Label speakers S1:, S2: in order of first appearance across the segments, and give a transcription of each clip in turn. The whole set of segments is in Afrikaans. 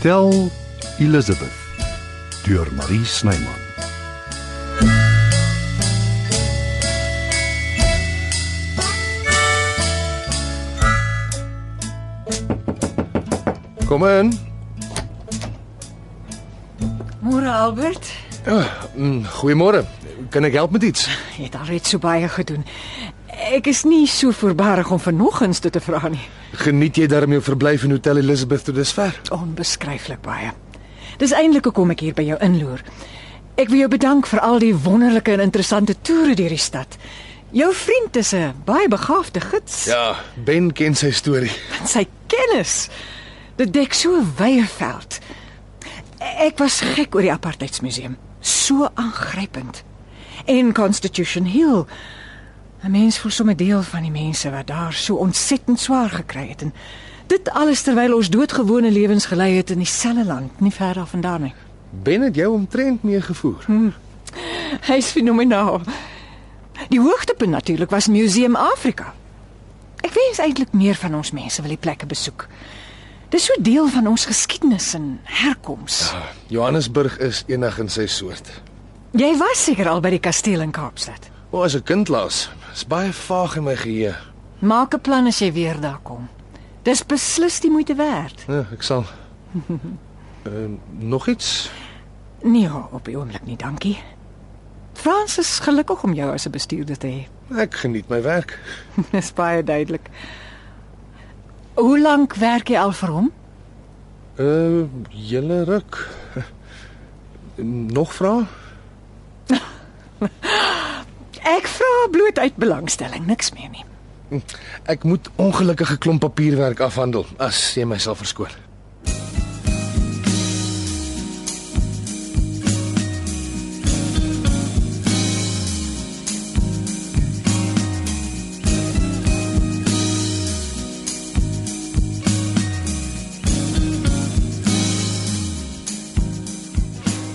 S1: Stel Elizabeth deur Marie Snyman. Kom in.
S2: Môre Albert,
S1: Mm, Goeiemôre. Kan ek help met iets?
S2: jy het al reeds so baie gedoen. Ek is nie so voorbarig om vanoggends dit te vra nie.
S1: Geniet jy darm jou verblyf in Hotel Elizabeth tot dusver?
S2: Onbeskryflik baie. Dis eintlik hoekom ek hier by jou inloer. Ek wil jou bedank vir al die wonderlike en interessante toere deur die stad. Jou vriend is 'n baie begaafde gids.
S1: Ja, Ben ken sy storie.
S2: met sy kennis. Dit dek so 'n wye veld. Ek was gek oor die apartheidsmuseum. So aangrypend. En Constitution Hill. 'n Mens voel sommer deel van die mense wat daar so ontsettend swaar gekry het en dit alles terwyl ons doodgewone lewens gelei het in dieselfde land, nie ver af vandaan nie.
S1: Ben het jou omtrent meegevoer. Hm.
S2: Hy's fenomenaal. Die hoogtepunt natuurlik was Museum Afrika. Ek wens eintlik meer van ons mense wil die plekke besoek. Dis so deel van ons geskiedenis en herkoms.
S1: Ja. Johannesburg is enig in sy soort.
S2: Jy was seker al by die kasteel in Kaapstad.
S1: O, as 'n kind laas, is baie vaag in my geheue.
S2: Maak 'n plan as jy weer daar kom. Dis beslis die moeite werd.
S1: Ja, ek sal. Ehm nog iets?
S2: Nee, op die oomblik nie, dankie. Frans is gelukkig om jou as 'n bestuurder te hê.
S1: Ek geniet my werk.
S2: Dis baie duidelik. Hoe lank werk jy al vir hom?
S1: Uh, julle ruk. Nog vra?
S2: Ek vra bloot uit belangstelling, niks meer nie.
S1: Ek moet ongelukkige klomp papierwerk afhandel as jy my sal verskoon.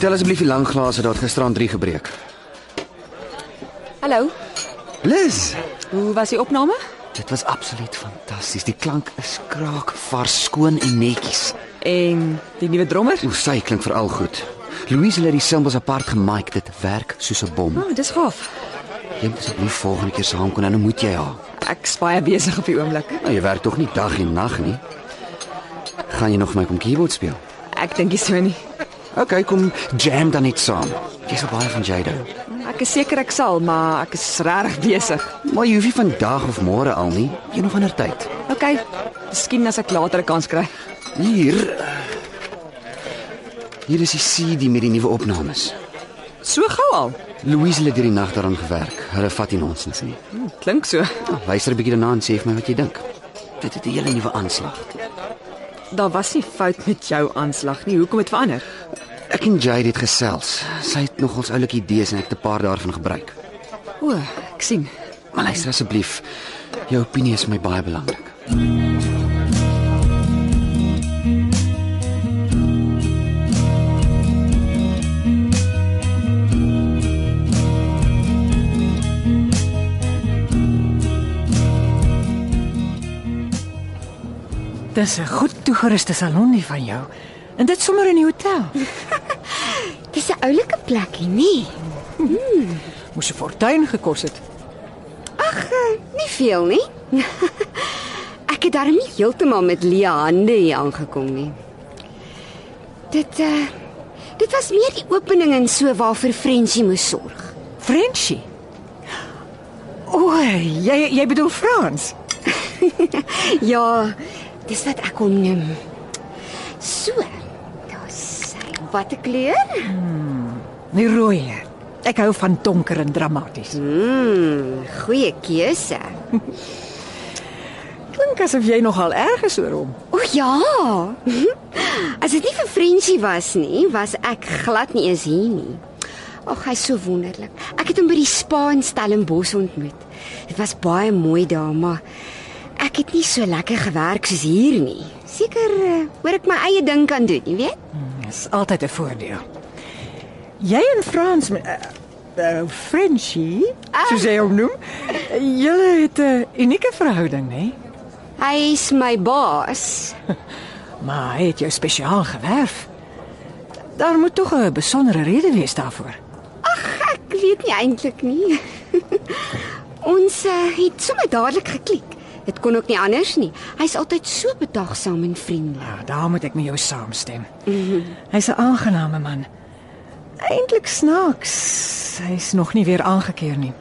S3: Tel asseblief die lang glase dat gisteraan 3 gebreek.
S4: Hallo,
S3: Liz,
S4: hoe was die opname?
S3: dit was absoluut fantasties. Die klank is kraakvars, skoon en netjies.
S4: En die nuwe drummer?
S3: Hoe sy klink veral goed. Louise het die symbols apart gemik. Dit werk soos 'n bom.
S4: Oh, dis gaaf.
S3: Jy moet asseblief volgende keer saamkom en dan moet jy haar.
S4: Ek's baie besig op die oomblik.
S3: Nou, jy werk tog nie dag en nag nie. Gaan jy nog my kom keyboard speel?
S4: Ek dink nie so nie.
S3: OK, kom jam dan net saam. Jy's al baie van Jada.
S4: Ek is seker ek sal, maar ek is regtig besig.
S3: Maar jy hoef nie vandag of môre al nie, een of ander tyd.
S4: OK, miskien as ek later 'n kans kry.
S3: Hier. Hier is die CD met die nuwe opnames.
S4: So gou al.
S3: Louise het hierdie nag daaraan gewerk. Hulle vat nie ons nie.
S4: Klink so.
S3: Nou, luister 'n bietjie daarna en sê vir my wat jy dink. Dit het 'n hele nuwe aanslag.
S4: Daar was nie fout met jou aanslag nie. Hoekom het verander?
S3: Ek en Jade het gesels. Sy het nogals oulike idees en ek het 'n paar daarvan gebruik.
S4: O, ek sien.
S3: Maar luister asseblief. Jou opinie is vir my baie belangrik.
S2: Dis 'n goed toegeruste salon hier van jou. En dit sommer in die hotel.
S5: Dis 'n oulike plekkie, nie?
S2: Moes 'n fortuin gekos het.
S5: Ag, eh, nie veel nie. ek het darem nie heeltemal met leë hande hier aangekom nie. Dit eh dit was meer die opening en so waarvoor Frenchie moes sorg.
S2: Frenchie. O, jy jy bedoel Frans.
S5: Ja, dis wat ek hom noem. So, daar's sy. Wat 'n kleur?
S2: Die rooi. Ek hou van donker en dramaties.
S5: Mm, goeie keuse.
S2: Klink asof jy nogal erg is oor hom.
S5: O ja. As dit nie vir Frenchie was nie, was ek glad nie eens hier nie. Ag, hy's so wonderlik. Ek het hom by die spa in Stellenbosch ontmoet. Dit was baie mooi daar, maar ek het nie so lekker gewerk soos hier nie. Seker eh, hoor ek my eie ding kan doen, jy weet?
S2: Dis altyd 'n voordeel. Jy en Frans eh, eh, Frenchie, soos jy hom noem, julle het 'n unieke verhouding, né?
S5: Hy's my baas.
S2: Maar hy het jou spesiaal gewerf. Daar moet tog 'n besondere rede wees daarvoor.
S5: Ek weet nie eintlik nie. Ons uh, het sommer dadelik geklik. Dit kon ook nie anders nie. Hy's altyd so bedagsaam en vriendelik.
S2: Ja, daar moet ek met jou saamstem. Hy's 'n aangename man. Eintlik snaaks. Hy's nog nie weer aangekeer nie.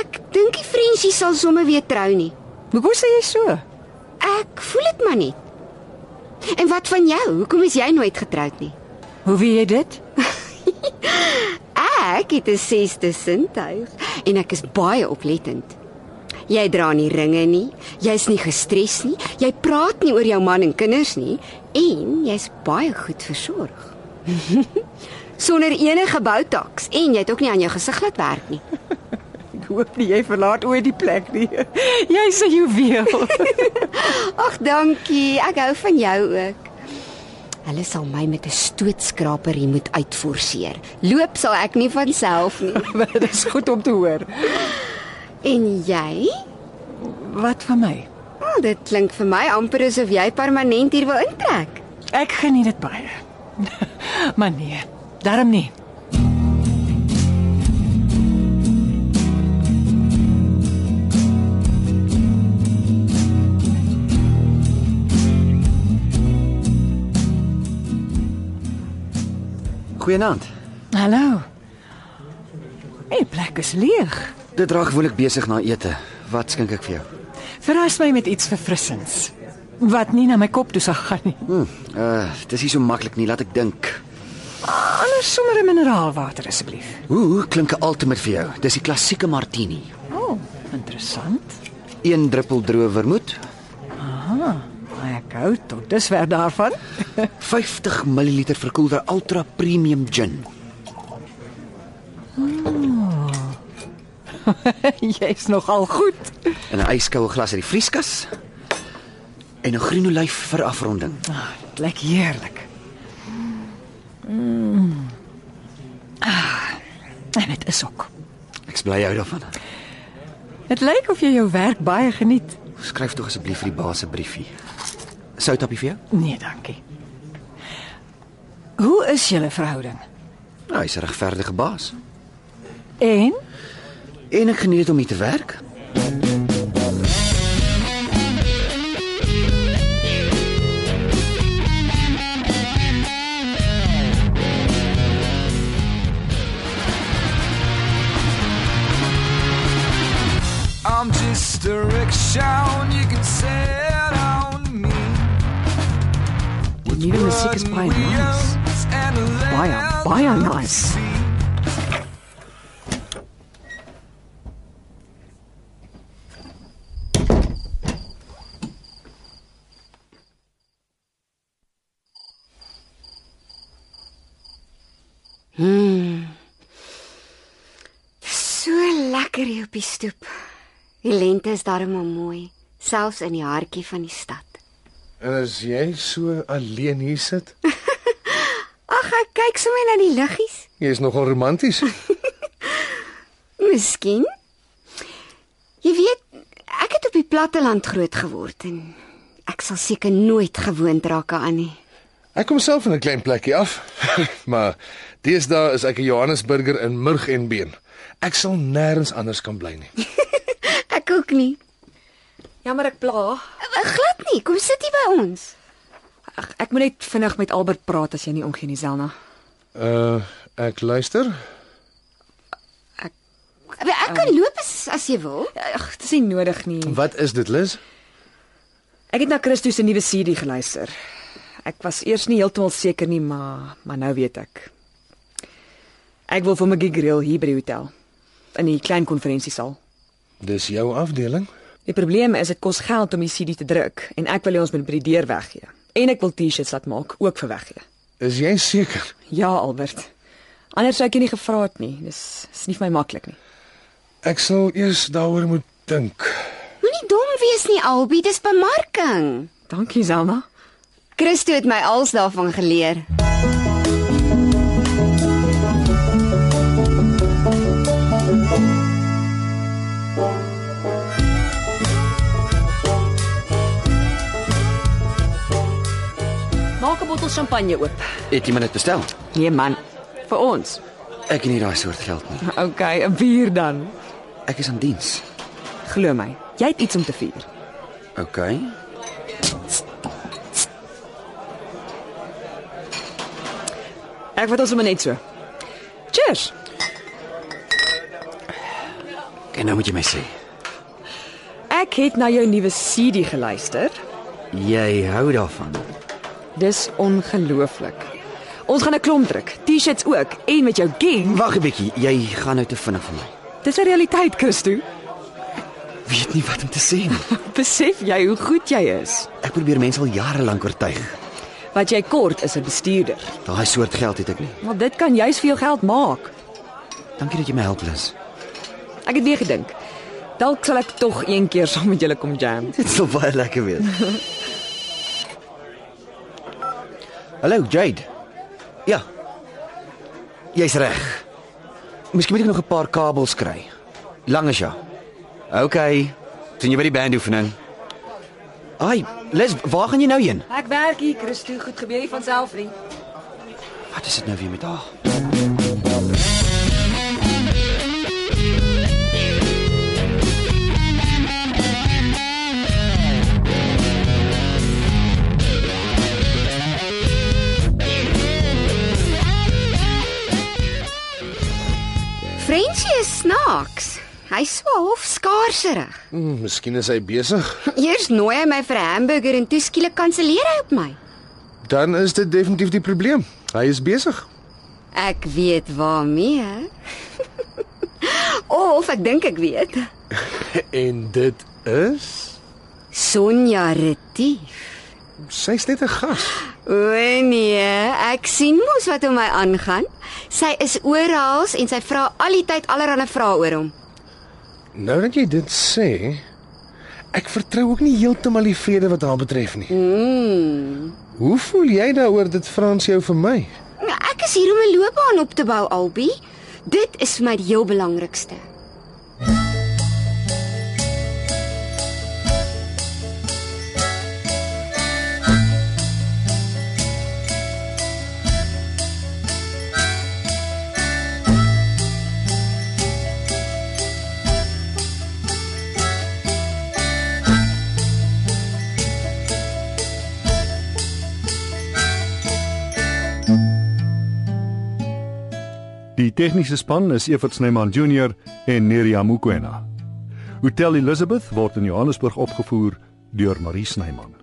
S5: Ek dink die Frenchie sal sommer weer trou nie.
S2: Hoekom sê jy so?
S5: Ek voel dit maar net. En wat van jou? Hoekom is jy nooit getroud nie?
S2: Hoe weet jy dit?
S5: Ek het 'n sesde sintuig en ek is baie oplettend. Jy dra nie ringe nie, jy's nie gestres nie, jy praat nie oor jou man en kinders nie en jy's baie goed versorg. Sonder enige boutaks en jy het ook nie aan jou gesig laat werk nie.
S2: Ek hoop nie jy verlaat ooit die plek nie. Jy's 'n juweel.
S5: Ag, dankie. Ek hou van jou ook. Hulle sal my met 'n stootskraper hier moet uitforceer. Loop sal ek nie van self nie.
S2: Dit is goed om te hoor.
S5: En jy?
S2: Wat van my?
S5: Oh, dit klink vir my amper asof jy permanent hier wil intrek.
S2: Ek geniet dit baie. maar nee, daarom nie.
S3: Goeienaand.
S2: Hallo. Die plek is leeg.
S3: Dit dra gewoonlik besig na ete. Wat skink ek vir jou?
S2: Verras my met iets verfrissends wat nie na my kop toe sal gaan nie.
S3: Hm, uh, dis nie so maklik nie, laat ek dink.
S2: Anders sommer 'n mineraalwater asseblief.
S3: Hoe klink 'n ultimate vir jou? Dis die klassieke martini.
S2: O, oh, interessant.
S3: Een druppel droë vermoed,
S2: Ek hou tot dusver daarvan.
S3: 50 ml verkoelder ultra premium gin.
S2: Jy's nogal goed.
S3: in 'n yskoue glas uit die vrieskas en 'n groen olyf vir afronding.
S2: Ah, dit lyk heerlik. Mm. Ah, en dit is ook.
S3: Ek's bly jy daarvan.
S2: Dit lyk of jy jou werk baie geniet.
S3: Skryf tog asseblief vir die baas 'n briefie. Soutappie vir jou?
S2: Nee, dankie. Hoe is julle verhouding?
S3: Nou, hy's 'n regverdige baas.
S2: En
S3: En ek geniet dit om hier te werk.
S6: I'm just a rickshaw and you can sit on me.
S4: Die nuwe musiek is
S2: Oh,
S4: baie nice.
S6: Baie,
S4: baie nice.
S5: So lekker hier op die stoep. Die lente is darem al mooi, selfs in die hartjie van die stad.
S1: En as jy so alleen hier sit,
S5: Ag, ek kyk sommer na die liggies.
S1: jy is nogal romanties.
S5: Miskien. Jy weet, ek het op die platteland groot geword en ek sal seker nooit gewoond raak aan nie.
S1: Ek kom self van 'n klein plekkie af, maar deesdae is ek 'n Johannesburger in murg en been. Ek sal nêrens anders kan bly nie.
S5: Ek ook nie.
S4: Jammer ek pla.
S5: Glad nie. Kom sit hier by ons.
S4: Ag, ek moet net vinnig met Albert praat as jy nie omgee nie, Selna.
S1: Uh, ek luister.
S5: Ek kan loop as, as jy wil.
S4: Ag, dit is nie nodig nie.
S1: Wat is dit, Liz?
S4: Ek het na Christus se nuwe CD geluister. Ek was eers nie heeltemal seker nie, maar maar nou weet ek. Ek wil vir my gig reël hier by die hotel in die klein konferensiesaal.
S1: Dis jou afdeling.
S4: Die probleem is dit kos geld om die CD te druk en ek wil hê ons moet by die deur weggee. En ek wil T-shirts laat maak ook vir weggee.
S1: Is jy seker?
S4: Ja, Albert. Anders sou ek jou nie gevra het nie. Dis is nie vir my maklik nie.
S1: Ek sal eers daaroor moet dink.
S5: Moenie dom wees nie, Albie, dis bemarking.
S4: Dankie, Selma.
S5: Christo het my als daarvan geleer.
S7: bottel champagne oop.
S3: Het jy maar net bestel.
S4: Nee man, vir ons.
S3: Ek het nie daai soort geld nie.
S4: Okay, 'n bier dan.
S3: Ek is aan diens.
S4: Glo my, jy het iets om te vier.
S3: OK.
S4: Ek vat ons sommer net so. Cheers.
S3: En nou moet jy my sê,
S4: Ek het na jou nuwe CD geluister.
S3: jy hou daarvan.
S4: Dis ongelooflik. Ons gaan 'n klomp druk. T-shirts ook en met jou gang.
S3: Wag 'n bietjie, jy gaan nou te vinnig vir my.
S4: Dis 'n realiteit, Christo.
S3: Weet nie wat om te sê nie.
S4: Besef jy hoe goed jy is?
S3: Ek probeer mense al jare lank oortuig.
S4: Wat jy kort is 'n bestuurder.
S3: Daai soort geld het ek nie.
S4: Maar dit kan juis vir jou geld maak.
S3: Dankie dat jy my help, Lis.
S4: Ek het weer gedink. Dalk sal ek tog een keer saam met julle kom jam.
S3: Dit sou baie lekker wees. Hallo Jade. Ja. Jy's reg. Miskien moet ek nog 'n paar kabels kry. Lang is ja. OK. Sien jy by die bandoefening? Ai, Les, waar gaan jy nou heen?
S4: Ek werk hier, Christo, goed gebeur jy van self, vriend.
S3: Wat is dit nou weer met haar?
S5: Frenchie is snaaks. Hy's so half skaarserig.
S1: Hm, miskien is hy besig.
S5: Eers nooi hy my vir 'n hamburger en toe skielik kanselleer hy op my.
S1: Dan is dit definitief die probleem. Hy is besig.
S5: Ek weet waarmee. hè? of ek dink ek weet.
S1: En dit is
S5: Sonja Retief.
S1: sy's net 'n gas.
S5: O nee, ek sien mos wat om my aangaan. Sy is oral en sy vra al die tyd allerlei vrae oor hom.
S1: Nou dat jy dit sê, ek vertrou ook nie heeltemal die vrede wat haar betref nie.
S5: Hmm.
S1: Hoe voel jy daaroor dit Frans jou vir my?
S5: Nou, Ek is hier om 'n loopbaan op te bou, Albi. Dit is vir my die heel belangrikste.
S8: Die tegniese span is Evert Snyman Junior en Neriya Mukwena. Hotel Elizabeth word in Johannesburg opgevoer deur Marie Snyman.